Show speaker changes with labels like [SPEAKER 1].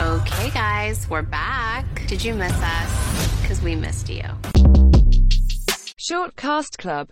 [SPEAKER 1] Okay, guys, we're back. Did you miss us? Because we missed you.
[SPEAKER 2] Short Cast Club